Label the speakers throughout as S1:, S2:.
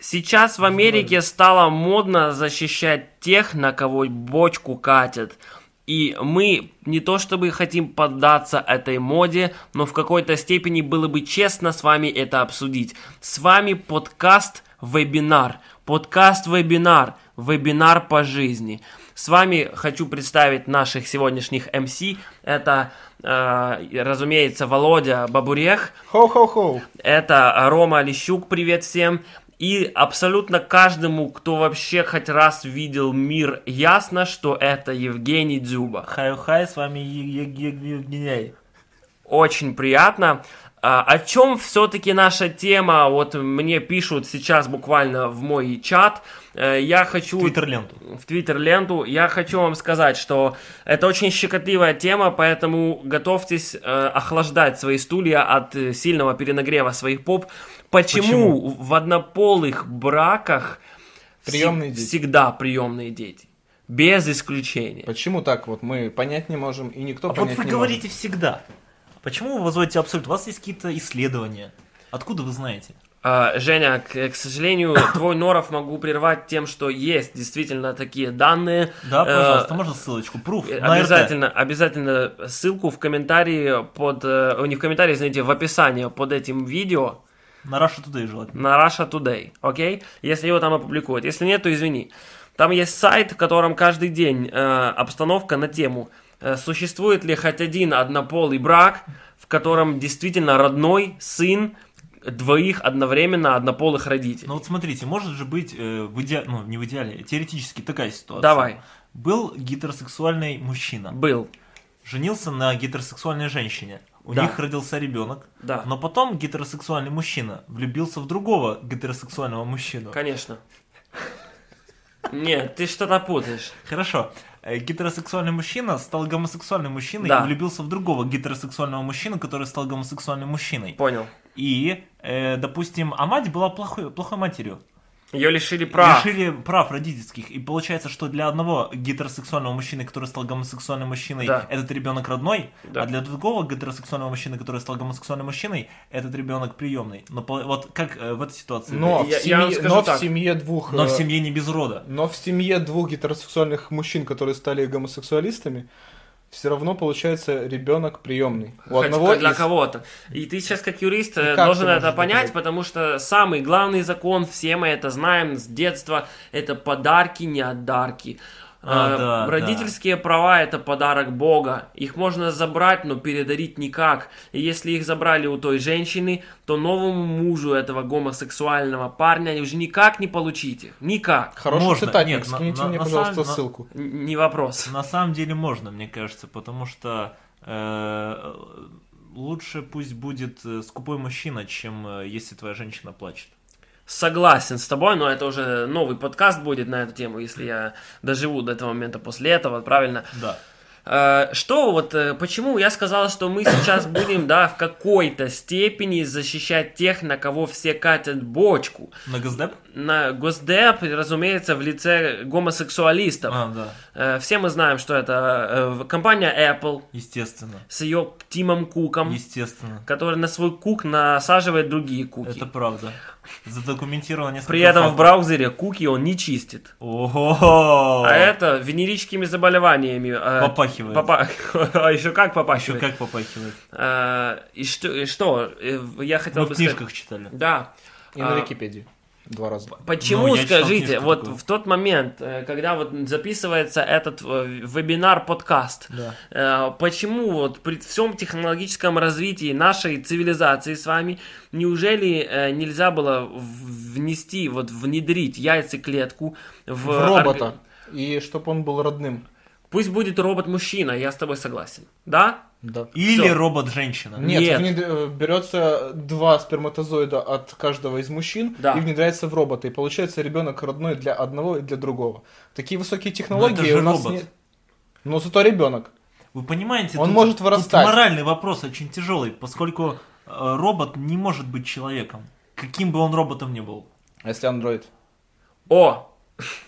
S1: Сейчас в Америке стало модно защищать тех, на кого бочку катят. И мы не то чтобы хотим поддаться этой моде, но в какой-то степени было бы честно с вами это обсудить. С вами подкаст-вебинар. Подкаст-вебинар. Вебинар по жизни. С вами хочу представить наших сегодняшних МС. Это, э, разумеется, Володя Бабурех.
S2: Хоу-хоу-хоу.
S1: Это Рома Лещук, привет всем. И абсолютно каждому, кто вообще хоть раз видел мир, ясно, что это Евгений Дзюба.
S2: Хай-хай, с вами Е- Е- Е- Евгений.
S1: Очень приятно. А, о чем все-таки наша тема? Вот мне пишут сейчас буквально в мой чат. Э, Я хочу...
S2: Твиттер-ленту.
S1: в Твиттер-ленту. Я хочу вам сказать, что это очень щекотливая тема, поэтому готовьтесь э, охлаждать свои стулья от э, сильного перенагрева своих поп. Почему,
S2: Почему?
S1: в однополых браках вс-
S3: Приемные дети.
S1: всегда приемные дети? Без исключения.
S3: Почему так вот мы понять не можем и никто
S2: А вот
S3: понять
S2: вы
S3: не
S2: говорите всегда. Почему вы возводите абсолют? У вас есть какие-то исследования. Откуда вы знаете?
S1: А, Женя, к, к сожалению, твой норов могу прервать тем, что есть действительно такие данные.
S2: Да,
S1: Э,
S2: пожалуйста, можно ссылочку? Пруф.
S1: Э,
S2: на РТ.
S1: Обязательно, обязательно ссылку в комментарии под, э, о, не в комментарии, знаете, в описании под этим видео
S2: На Russia Today желательно.
S1: на Russia Today, окей? Если его там опубликуют. Если нет, то извини. Там есть сайт, в котором каждый день э, обстановка на тему э, «Существует ли хоть один однополый брак, в котором действительно родной сын двоих одновременно однополых родителей?»
S2: Ну вот смотрите, может же быть э, в иде- ну не в идеале, теоретически такая ситуация.
S1: Давай,
S2: Был гетеросексуальный мужчина,
S1: был,
S2: женился на гетеросексуальной женщине. У
S1: Да.
S2: них родился ребенок,
S1: да,
S2: но потом гетеросексуальный мужчина влюбился в другого гетеросексуального мужчину.
S1: конечно. Нет, ты что-то путаешь.
S2: Хорошо. Э, Гетеросексуальный мужчина стал гомосексуальным мужчиной
S1: Да.
S2: и влюбился в другого гетеросексуального мужчину, который стал гомосексуальным мужчиной.
S1: Понял.
S2: И, э, допустим, а мать была плохой, плохой матерью.
S1: Ее лишили прав.
S2: Лишили прав родительских. И получается, что для одного гетеросексуального мужчины, который стал гомосексуальным мужчиной,
S1: Да.
S2: этот ребенок родной,
S1: Да.
S2: а для другого гетеросексуального мужчины, который стал гомосексуальным мужчиной, этот ребенок приемный. Но по- вот как э, в этой ситуации?
S3: Но,
S1: Я-
S3: в,
S1: я вам
S3: семье,
S1: скажу
S3: но
S1: так.
S3: в семье двух...
S2: Но в
S3: э,
S2: семье не без рода.
S3: но в семье двух гетеросексуальных мужчин, которые стали гомосексуалистами, все равно получается ребенок приемный. У
S1: Хоть
S3: одного
S1: для
S3: из-
S1: кого-то. И ты сейчас как юрист э,
S3: И как
S1: должен
S3: ты
S1: это
S3: можешь
S1: понять,
S3: доказать?
S1: потому что самый главный закон, все мы это знаем с детства, это подарки, не отдарки.
S2: А,
S1: Э,
S2: да,
S1: Родительские права это подарок Бога. Их можно забрать, но передарить никак. И если их забрали у той женщины, то новому мужу этого гомосексуального парня уже никак не получить их. Никак.
S3: Хороший
S2: Можно.
S3: цитатник,
S2: Нет, на-
S3: скините
S2: на-
S3: мне,
S2: на
S3: пожалуйста,
S2: самом- на-
S3: ссылку.
S1: Н- Не вопрос.
S2: На самом деле можно, мне кажется, потому что э, лучше пусть будет э, скупой мужчина, чем э, если твоя женщина плачет.
S1: Согласен с тобой, но это уже новый подкаст будет на эту тему, если я доживу до этого момента после этого, правильно?
S2: Да.
S1: Э, Что вот, э, почему я сказал, что мы сейчас будем, да, в какой-то степени защищать тех, на кого все катят бочку?
S2: На Газдеп?
S1: На Госдеп, разумеется, в лице гомосексуалистов.
S2: А, да,
S1: Э, Все мы знаем, что это э, компания Apple
S2: естественно.
S1: с ее Тимом Куком,
S2: Естественно.
S1: который на свой кук насаживает другие куки.
S2: Это правда. Задокументировано несколько
S1: При этом в
S2: фактов.
S1: браузере куки он не чистит.
S2: Ого!
S1: А это венерическими заболеваниями. э,
S2: Попахивает.
S1: попа- А еще как
S2: Еще
S1: попахивает.
S2: как попахивает.
S1: А, И что, и что, э, в- я хотел
S2: Мы
S1: бы
S2: в
S1: сказать-
S2: книжках читали.
S1: Да.
S3: И на
S1: А,
S3: Википедии. Два раза.
S1: Почему,
S2: Ну, я читал
S1: скажите,
S2: книжку
S1: вот
S2: такую.
S1: в тот момент, э, когда вот записывается этот э, вебинар-подкаст,
S2: Да.
S1: э, почему вот при всем технологическом развитии нашей цивилизации с вами, неужели э, нельзя было в- внести, вот внедрить яйцеклетку в...
S3: В
S1: орг-
S3: робота. И чтобы он был родным.
S1: Пусть будет робот-мужчина, я с тобой согласен. Да?
S3: Да.
S2: Или
S1: Всё.
S2: робот-женщина.
S1: Нет.
S3: Нет, внед- э, берется два сперматозоида от каждого из мужчин
S1: Да.
S3: и внедряется в робота. И получается ребенок родной для одного и для другого. Такие высокие технологии
S2: Но Ну, это же
S3: у нас
S2: робот.
S3: нет. Но зато ребенок.
S2: Вы понимаете,
S3: Он
S2: тут-
S3: может
S2: тут
S3: вырастать.
S2: моральный вопрос очень тяжелый, поскольку э, робот не может быть человеком. Каким бы он роботом ни был.
S3: А если андроид?
S1: О,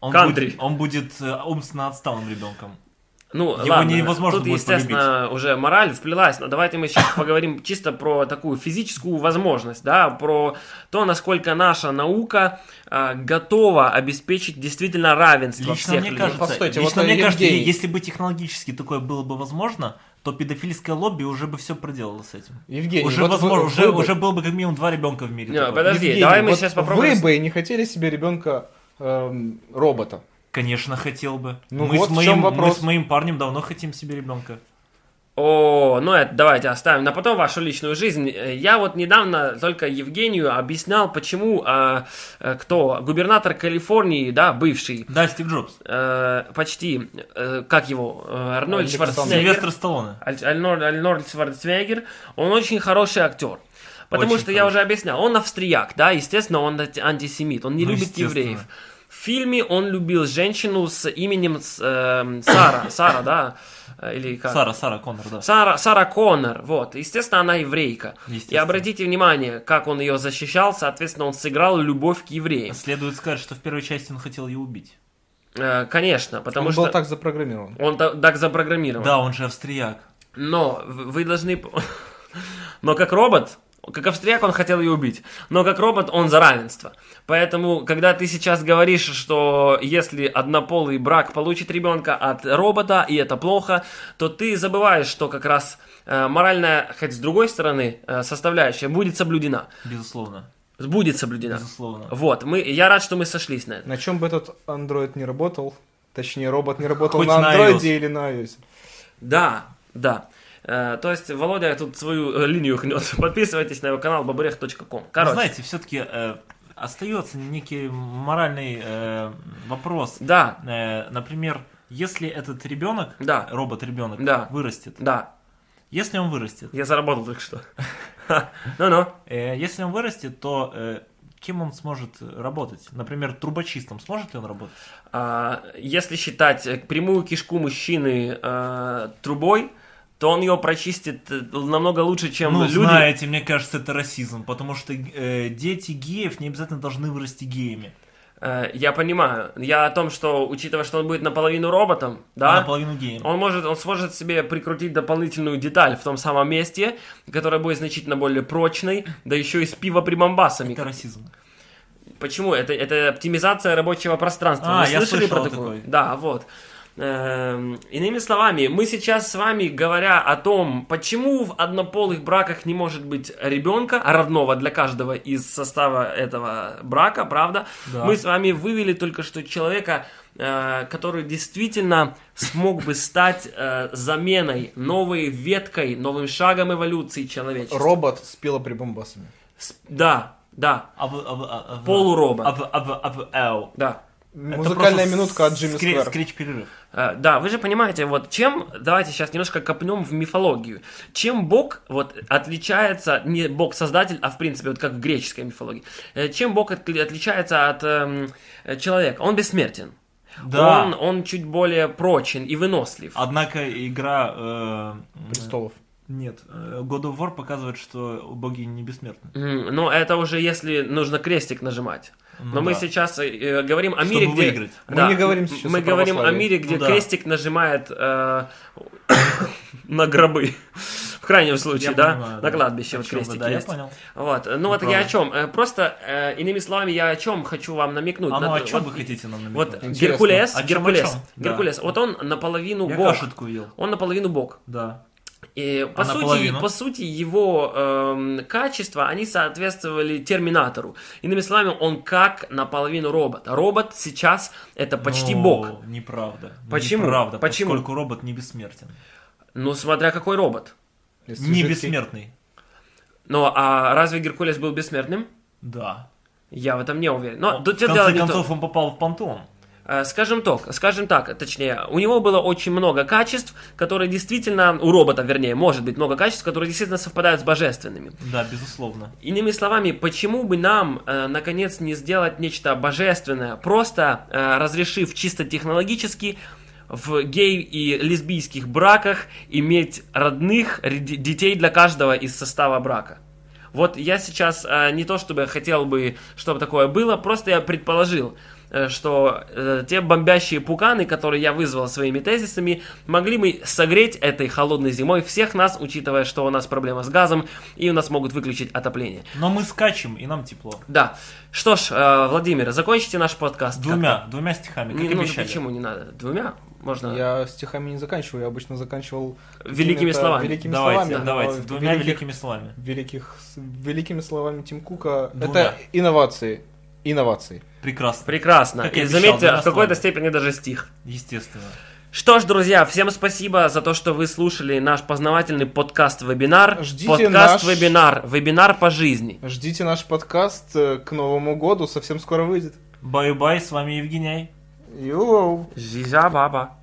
S2: Он
S1: Кантри.
S2: будет, он будет э, умственно отсталым ребенком.
S1: Ну,
S2: Его
S1: ладно,
S2: невозможно
S1: тут,
S2: будет
S1: естественно, уже мораль вплелась, но давайте мы сейчас поговорим чисто про такую физическую возможность, да, про то, насколько наша наука а, готова обеспечить действительно равенство
S2: Лично
S1: всех
S2: мне
S1: людей.
S2: кажется,
S3: Постойте,
S2: лично
S3: вот,
S2: мне кажется,
S3: Евгений.
S2: если бы технологически такое было бы возможно, то педофильское лобби уже бы все проделало с этим.
S3: Евгений,
S2: уже
S3: вот
S2: возможно,
S3: вы-
S2: уже,
S3: вы бы-
S2: уже было бы как минимум два ребенка в мире.
S1: Не,
S2: такого.
S1: подожди.
S3: Евгений,
S1: давай мы
S3: вот
S1: сейчас попробуем-
S3: Вы бы не хотели себе ребенка эм, робота?
S2: Конечно, хотел бы.
S3: Ну
S2: мы,
S3: вот
S2: с
S3: в
S2: моим,
S3: чем
S2: мы
S3: вопрос.
S2: с моим парнем давно хотим себе ребенка.
S1: О, ну это давайте оставим на потом вашу личную жизнь. Э, Я вот недавно только Евгению объяснял, почему э, э, кто губернатор Калифорнии, да, бывший,
S2: Да, Стив Джобс.
S1: э, почти, э, как его, э, Арнольд
S3: Александр.
S1: Шварценеггер.
S2: Сильвестр Сталлоне.
S1: Аль- Альнор, Альнор Шварценеггер, он очень хороший актер. Потому
S2: Очень
S1: что я
S2: хороший.
S1: уже объяснял, он австрияк, да, естественно, он анти- антисемит, он не
S2: Ну,
S1: любит
S2: естественно.
S1: евреев. В фильме он любил женщину с именем с, эм, Сара, Сара, да, э, или как?
S2: Сара, Сара Коннор, да.
S1: Сара, Сара Коннор, вот, естественно, она еврейка. И
S2: Естественно.
S1: обратите внимание, как он ее защищал, соответственно, он сыграл любовь к евреям.
S2: Следует сказать, что в первой части он хотел ее убить.
S1: Э, конечно, потому
S3: он
S1: что
S3: был так запрограммирован.
S1: он та- так запрограммирован.
S2: Да, он же австрияк.
S1: Но в- вы должны... п- Но как робот, как австрияк он хотел ее убить, но как робот он за равенство. Поэтому, когда ты сейчас говоришь, что если однополый брак получит ребенка от робота, и это плохо, то ты забываешь, что как раз э, моральная, хоть с другой стороны, э, составляющая будет соблюдена.
S2: Безусловно.
S1: Будет соблюдена.
S2: Безусловно.
S1: Вот, мы, я рад, что мы сошлись на этом.
S3: На чем бы этот андроид не работал? Точнее, робот не работал
S2: Хоть
S3: на
S2: на
S3: андроиде
S2: iOS.
S3: или на iOS.
S1: Да, да. Э, то есть, Володя тут свою э, линию гнет. Подписывайтесь на его канал babrech.com.
S2: Вы
S1: Короче.
S2: знаете, все-таки остается некий моральный э, вопрос.
S1: Да,
S2: Э, например, если этот ребенок,
S1: Да.
S2: робот-ребенок,
S1: Да.
S2: вырастет,
S1: да,
S2: если он вырастет,
S1: я заработал только что. Ха, Ну-ну.
S2: э, если он вырастет, то э, кем он сможет работать? Например, трубочистом сможет ли он работать?
S1: А, Если считать э, прямую кишку мужчины э, трубой, то он ее прочистит э, намного лучше, чем
S2: ну,
S1: люди.
S2: знаете, мне кажется, это расизм, потому что э, дети геев не обязательно должны вырасти геями.
S1: Э, Я понимаю. Я о том, что, учитывая, что он будет наполовину роботом,
S2: а
S1: да,
S2: наполовину геями.
S1: Он может, он сможет себе прикрутить дополнительную деталь в том самом месте, которая будет значительно более прочной, да еще и с пивоприбамбасами.
S2: Это расизм.
S1: Почему? Это, это оптимизация рабочего пространства.
S2: А,
S1: Вы
S2: я
S1: слышали
S2: слышал
S1: про
S2: о
S1: такое?
S2: такой.
S1: Да, вот. Эм, иными словами, мы сейчас с вами, говоря о том, почему в однополых браках не может быть ребенка, а родного для каждого из состава этого брака, правда?
S2: Да.
S1: Мы с вами вывели только что человека, э, который действительно смог бы стать э, заменой, новой веткой, новым шагом эволюции человечества.
S3: Робот с пилоприбамбасами.
S1: С- Да, да,
S2: Ав- ав- ав- ав-
S1: Полуробот.
S2: ав- ав- ав- ау.
S1: да.
S2: а Это
S3: Музыкальная
S2: просто
S3: минутка от
S2: с-
S3: Джимми
S2: скре-
S3: Сквер.
S2: Скреч-перерыв.
S1: Э, Да, вы же понимаете, вот чем, давайте сейчас немножко копнем в мифологию, чем Бог вот отличается, не Бог-создатель, а в принципе, вот как в греческой мифологии, Э, чем Бог отли- отличается от эм, э, человека? Он бессмертен.
S2: Да. А
S1: Он, он чуть более прочен и вынослив.
S2: Однако игра... э,
S3: Престолов.
S2: Нет, э, God of War показывает, что боги не бессмертны.
S1: М, Но это уже если нужно крестик нажимать.
S2: Ну
S1: Но мы
S2: да.
S1: сейчас э, э, говорим о
S2: Чтобы
S1: мире, где...
S2: выиграть.
S3: Мы не говорим сейчас
S1: Мы
S3: о
S1: говорим о
S3: православии.
S1: мире, где
S2: Ну да.
S1: крестик нажимает э, на гробы. В крайнем случае,
S2: Я
S1: да?
S2: понимаю,
S1: на
S2: да.
S1: кладбище вот
S2: О чём вы,
S1: крестик
S2: да, я
S1: есть.
S2: понял.
S1: Вот, э, ну вот я
S2: правда.
S1: о чем. Э, Просто, э, иными словами, я о чем хочу вам намекнуть.
S2: А ну
S1: На-
S2: о чем
S1: вот-
S2: вы хотите нам
S1: Вот
S2: намекнуть?
S3: Интересно.
S1: Геркулес,
S2: О чём, о
S1: Геркулес,
S2: чём? Да.
S1: Геркулес, вот он наполовину
S2: Я
S1: ну, бог.
S2: кашетку ел.
S1: Он наполовину бог.
S2: Да.
S1: И по,
S2: А
S1: сути,
S2: наполовину?
S1: по сути, его эм, качества, они соответствовали Терминатору. Иными словами, он как наполовину робот. Робот сейчас это почти
S2: Ну,
S1: бог.
S2: Неправда.
S1: Почему?
S2: Неправда,
S1: Почему?
S2: поскольку робот не бессмертен.
S1: Ну, смотря какой робот.
S3: Если
S2: Не
S3: жидкий.
S2: бессмертный.
S1: Но а разве Геркулес был бессмертным?
S2: Да.
S1: Я в этом не уверен. Но
S2: Он-
S1: тут
S2: Ну, в
S1: дело
S2: конце
S1: не то.
S2: концов он попал в пантеон.
S1: Э, Скажем так, скажем так, точнее, у него было очень много качеств, которые действительно, у робота, вернее, может быть много качеств, которые действительно совпадают с божественными.
S2: Да, безусловно.
S1: Иными словами, почему бы нам, э, наконец, не сделать нечто божественное, просто э, разрешив чисто технологически в гей и лесбийских браках иметь родных ре- детей для каждого из состава брака? Вот я сейчас э, не то чтобы хотел бы, чтобы такое было, просто я предположил, э, что э, те бомбящие пуканы, которые я вызвал своими тезисами, могли бы согреть этой холодной зимой всех нас, учитывая, что у нас проблема с газом и у нас могут выключить отопление.
S2: Но мы скачем, и нам тепло.
S1: Да. Что ж, э, Владимир, закончите наш подкаст.
S2: Двумя, двумя стихами,
S1: как-то.
S2: как
S1: Не, ну,
S2: обещали.
S1: почему не надо? Двумя? Можно.
S3: Я стихами не заканчиваю, я обычно заканчивал
S1: Великими
S3: какими-то
S1: словами.
S3: Великими
S2: Давайте,
S3: словами, но
S2: давайте, двумя
S3: великих-
S2: великими словами.
S3: великих с- великими словами Тим Кука.
S2: Двумя.
S3: Это инновации, инновации.
S2: Прекрасно,
S1: Прекрасно.
S2: Как я
S1: и
S2: обещал,
S1: заметьте,
S2: двумя
S1: в какой-то
S2: словами.
S1: степени даже стих.
S2: естественно.
S1: Что ж, друзья, всем спасибо за то, что вы слушали наш познавательный подкаст-вебинар.
S3: Ждите
S1: Подкаст-вебинар. Вебинар по жизни.
S3: Ждите наш подкаст э, к Новому году, совсем скоро выйдет.
S2: Бай-бай, с вами Евгений.
S3: Йоу!
S1: Жижа баба.